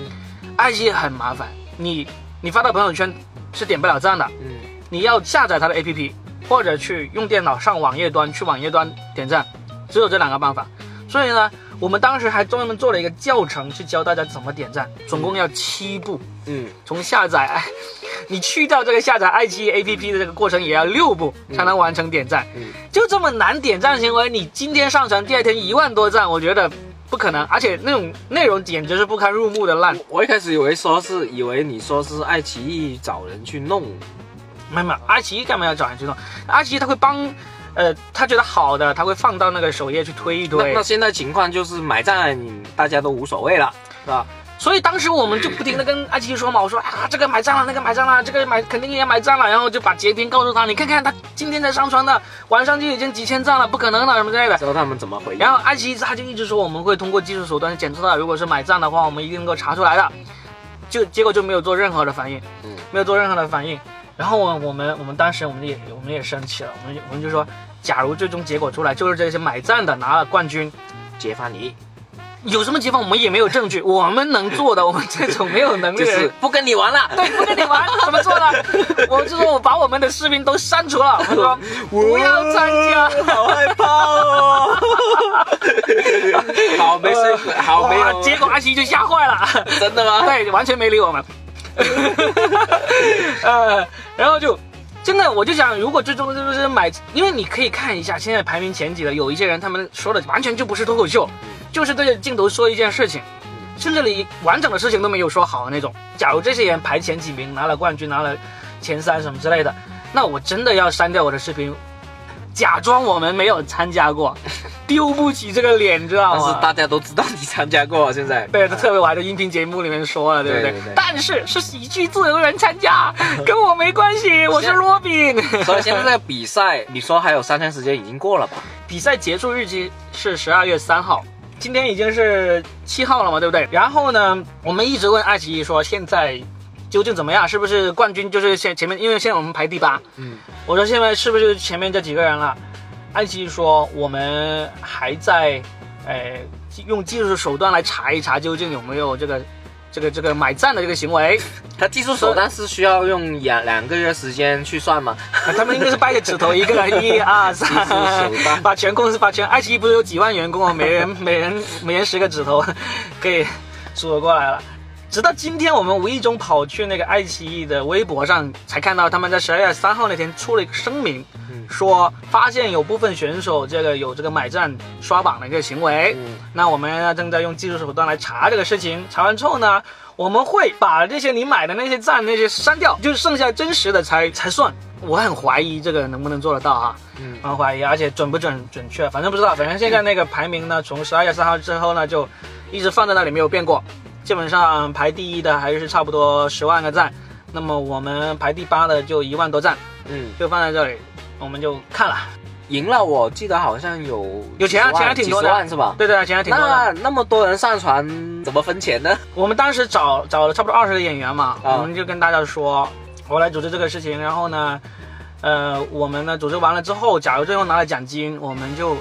爱奇艺很麻烦，你你发到朋友圈是点不了赞的，嗯你要下载它的 APP，或者去用电脑上网页端去网页端点赞，只有这两个办法。所以呢，我们当时还专门做了一个教程去教大家怎么点赞，总共要七步，嗯从下载，哎你去掉这个下载爱奇艺 APP 的这个过程也要六步才能完成点赞。嗯就这么难点赞行为，你今天上传，第二天一万多赞，我觉得不可能，而且那种内容简直是不堪入目的烂。我一开始以为说是，以为你说是爱奇艺找人去弄，没有没有，爱奇艺干嘛要找人去弄？爱奇艺他会帮，呃，他觉得好的，他会放到那个首页去推一那推那。现在情况就是买站大家都无所谓了，是吧？所以当时我们就不停的跟爱奇艺说嘛，我说啊，这个买账了，那个买账了，这个买肯定也买账了，然后就把截屏告诉他，你看看他今天才上传的，晚上就已经几千赞了，不可能的什么之类的知。道他们怎么回应。然后爱奇艺他就一直说我们会通过技术手段检测到，如果是买账的话，我们一定能够查出来的。就结果就没有做任何的反应，嗯没有做任何的反应。然后我我们我们当时我们也我们也生气了，我们我们就说，假如最终结果出来就是这些买赞的拿了冠军，揭发你，有什么解放我们也没有证据，我们能做的，我们这种没有能力就的人是不跟你玩了。对，不跟你玩，怎么做 呢？我就说我把我们的视频都删除了，我说不要参加。好害怕 哦！好没事，好哦没哇有，结果阿奇就吓坏了，真的 吗？对，完全没理我们。呃，然后就真的我就想，如果最终就是买，因为你可以看一下现在排名前几的，有一些人他们说的完全就不是脱口秀，就是对着镜头说一件事情。甚至连完整的事情都没有说好的那种。假如这些人排前几名，拿了冠军，拿了前三什么之类的，那我真的要删掉我的视频，假装我们没有参加过，丢不起这个脸，知道但是吗？大家都知道你参加过，啊现在啊对，这特别我还在音频节目里面说了，对不对？对对对但是是喜剧自由人参 加，跟我没关系，我是罗宾。 所以现在这个比赛，你说还有三天时间已经过了吧？比赛结束日期是十二月三号，今天已经是七号了嘛，对不对？然后呢，我们一直问爱奇艺说现在究竟怎么样，是不是冠军就是现前面，因为现在我们排第八，嗯，我说现在是不是前面这几个人了？爱奇艺说我们还在，呃，用技术手段来查一查究竟有没有这个。这个这个买赞的这个行为，他技术手段是需要用两两个月时间去算吗？ 他们应该是掰着指头，一个人一二三技术手段，把全公司把全爱奇艺不是有几万员工啊，每人每人每人十个指头， 给数得过来了。直到今天，我们无意中跑去那个爱奇艺的微博上，才看到他们在十二月三号那天出了一个声明，嗯说发现有部分选手这个有这个买站刷榜的一个行为，嗯那我们呢正在用技术手段来查这个事情，查完之后呢，我们会把这些你买的那些赞那些删掉，就剩下真实的才才算。我很怀疑这个能不能做得到啊，嗯很怀疑，而且准不准准确，反正不知道。反正现在那个排名呢，从十二月三号之后呢，就一直放在那里没有变过。基本上排第一的还是差不多十万个赞，那么我们排第八的就一万多赞，嗯，就放在这里，我们就看了。赢了，我记得好像有有钱啊几十万钱还挺多的几十万是吧？对对啊，钱还挺多的。那那么多人上传，怎么分钱呢？我们当时找找了差不多二十个演员嘛，啊我们就跟大家说，我来组织这个事情，然后呢，呃，我们呢组织完了之后，假如最后拿了奖金，我们就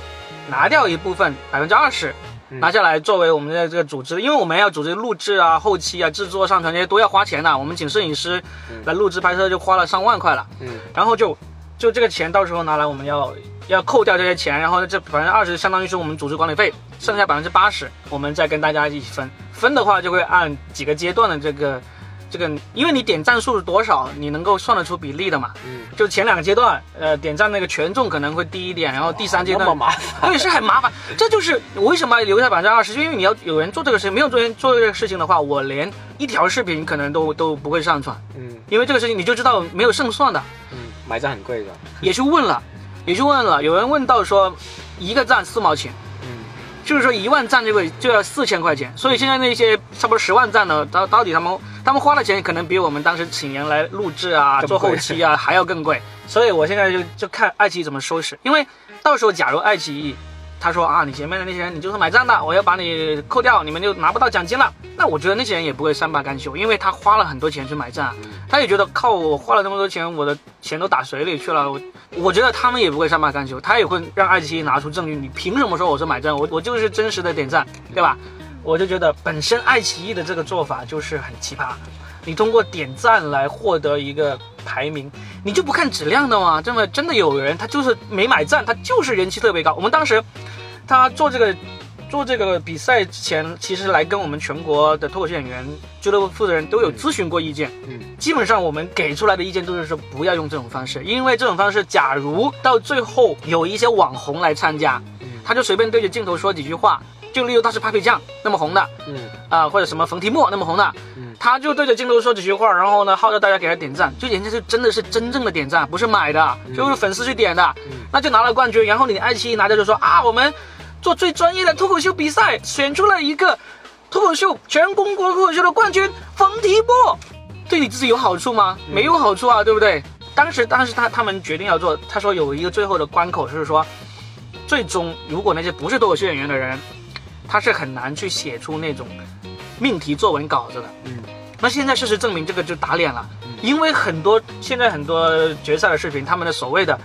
拿掉一部分百分之二十，嗯拿下来作为我们的这个组织，因为我们要组织录制啊、后期啊、制作、上传这些都要花钱的、我们请摄影师嗯来录制拍摄就花了上万块了，嗯然后就就这个钱到时候拿来我们要。要扣掉这些钱，然后这百分之二十相当于是我们组织管理费，剩下百分之八十我们再跟大家一起分。分的话就会按几个阶段的这个这个，因为你点赞数是多少，你能够算得出比例的嘛。嗯，就前两个阶段，呃，点赞那个权重可能会低一点，然后第三阶哦那么段，麻烦，对，是很麻烦。这就是我为什么要留下百分之二十，就因为你要有人做这个事情，没有做人做这个事情的话，我连一条视频可能都都不会上传，嗯因为这个事情你就知道没有胜算的。嗯，买账很贵的，也去问了，也去问了，有人问到说，一个赞四毛钱，嗯就是说一万赞这个就要四千块钱，所以现在那些差不多十万赞的，到到底他们他们花的钱可能比我们当时请人来录制啊、更贵做后期 啊还要更贵，所以我现在就就看爱奇艺怎么收拾，因为到时候假如爱奇艺。他说啊，你前面的那些人，你就是买账的，我要把你扣掉，你们就拿不到奖金了。那我觉得那些人也不会善罢甘休，因为他花了很多钱去买账啊，嗯他也觉得靠我花了那么多钱，我的钱都打水里去了。我我觉得他们也不会善罢甘休，他也会让爱奇艺拿出证据。你凭什么说我是买账？我我就是真实的点赞，对吧？我就觉得本身爱奇艺的这个做法就是很奇葩，你通过点赞来获得一个排名，你就不看质量的吗？这么真的有人他就是没买赞，他就是人气特别高。我们当时他做这个做这个比赛之前，其实来跟我们全国的脱口秀演员俱乐部负责人都有咨询过意见。嗯基本上我们给出来的意见都是说不要用这种方式，因为这种方式，假如到最后有一些网红来参加，嗯他就随便对着镜头说几句话，就例如当时 Papi 酱那么红的，嗯啊、或者什么冯提莫那么红的，嗯他就对着镜头说几句话，然后呢，号召大家给他点赞，就人家是真的是真正的点赞，不是买的，就是粉丝去点的，嗯那就拿了冠军。然后你爱奇艺拿着就说啊，我们做最专业的脱口秀比赛，选出了一个脱口秀全中国脱口秀的冠军冯提莫，对你自己有好处吗？没有好处啊，对不对？当时当时他他们决定要做，他说有一个最后的关口是说，最终如果那些不是脱口秀演员的人，他是很难去写出那种命题作文稿子的。嗯那现在事实证明，这个就打脸了，因为很多现在很多决赛的视频，他们的所谓的，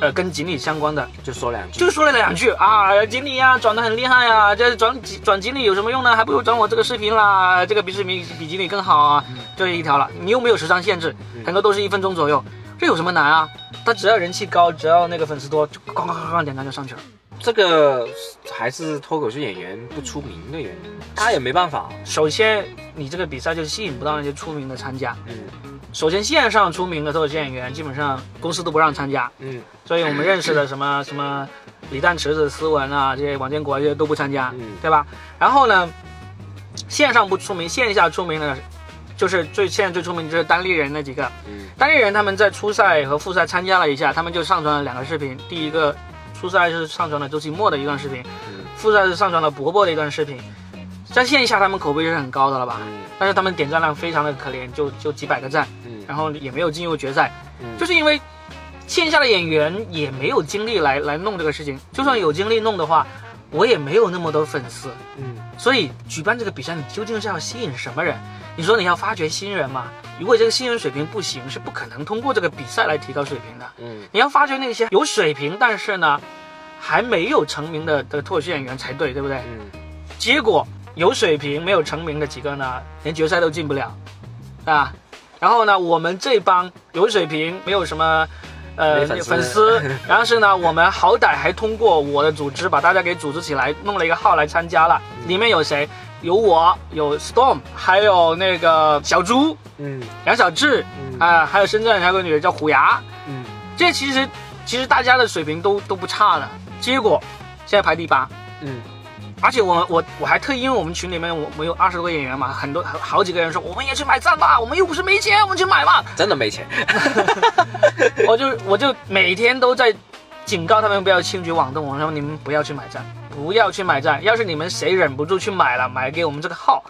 呃，跟锦鲤相关的，就说两句，就说了两句啊，锦鲤呀，转的很厉害呀，这转转锦鲤有什么用呢？还不如转我这个视频啦，这个比视频比锦鲤更好啊，就一条了。你又没有时长限制，嗯很多都是一分钟左右，这有什么难啊？他只要人气高，只要那个粉丝多，就咣咣咣咣点赞就上去了。这个还是脱口秀演员不出名的原因，他也没办法。首先，你这个比赛就吸引不到那些出名的参加。嗯首先，线上出名的脱口秀演员，基本上公司都不让参加。嗯所以我们认识的什么什么李诞、池子、思文啊，这些王建国这些都不参加，嗯对吧？然后呢，线上不出名，线下出名的，就是最现在最出名就是单立人那几个。嗯单立人他们在初赛和复赛参加了一下，他们就上传了两个视频。第一个初赛是上传了周奇墨的一段视频，嗯复赛是上传了伯伯的一段视频。在线下他们口碑是很高的了吧？嗯但是他们点赞量非常的可怜，就就几百个赞。嗯然后也没有进入决赛，嗯就是因为线下的演员也没有精力来来弄这个事情，就算有精力弄的话，我也没有那么多粉丝，嗯所以举办这个比赛，你究竟是要吸引什么人？你说你要发掘新人嘛？如果这个新人水平不行，是不可能通过这个比赛来提高水平的。嗯你要发掘那些有水平，但是呢，还没有成名的的脱口秀演员才对，对不对？嗯结果有水平没有成名的几个呢，连决赛都进不了，啊，然后呢，我们这帮有水平没有什么。呃，没粉丝粉 丝，然后是呢，我们好歹还通过我的组织把大家给组织起来，弄了一个号来参加了。嗯里面有谁？有我，有 Storm，还有那个小猪嗯杨小志，嗯啊、还有深圳还有个女的叫虎牙，嗯，这其实其实大家的水平都都不差的。结果现在排第八，嗯，而且我我我还特意，因为我们群里面我我们有二十多个演员嘛，很多好好几个人说我们也去买赞吧，我们又不是没钱，我们去买吧。真的没钱。我就我就每天都在警告他们不要轻举妄动，我说你们不要去买赞，不要去买赞。要是你们谁忍不住去买了，买给我们这个号，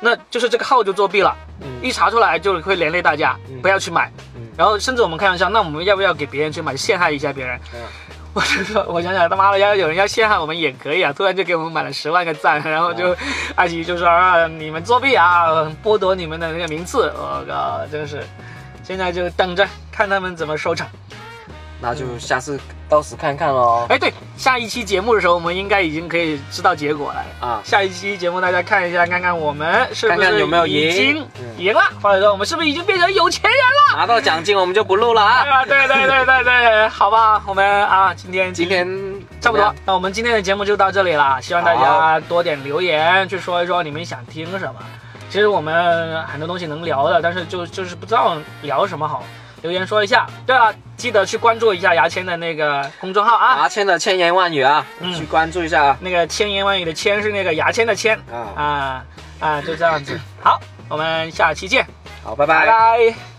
那就是这个号就作弊了，嗯一查出来就会连累大家，嗯不要去买。嗯然后甚至我们开玩笑，那我们要不要给别人去买，陷害一下别人？嗯我就说，我想想，他妈的，要有人要陷害我们也可以啊！突然就给我们买了十万个赞，然后就，爱奇艺就说啊，你们作弊啊，剥夺你们的那个名次，我靠，真是，现在就等着看他们怎么收场。那就下次到时看看喽。哎，对，下一期节目的时候，我们应该已经可以知道结果了。啊，下一期节目大家看一下，看看我们是不看看是有没有赢已经嗯赢了，或者说我们是不是已经变成有钱人了？拿到奖金我们就不录了啊。啊，对对对对对，好吧，我们啊，今天今天差不多，那我们今天的节目就到这里了，希望大家多点留言，去说一说你们想听什么。其实我们很多东西能聊的，但是就就是不知道聊什么好，留言说一下。对了，记得去关注一下牙签的那个公众号啊，牙签的千言万语啊，嗯去关注一下啊。那个千言万语的千是那个牙签的签啊，啊啊，就这样子。好，我们下期见，好，拜拜拜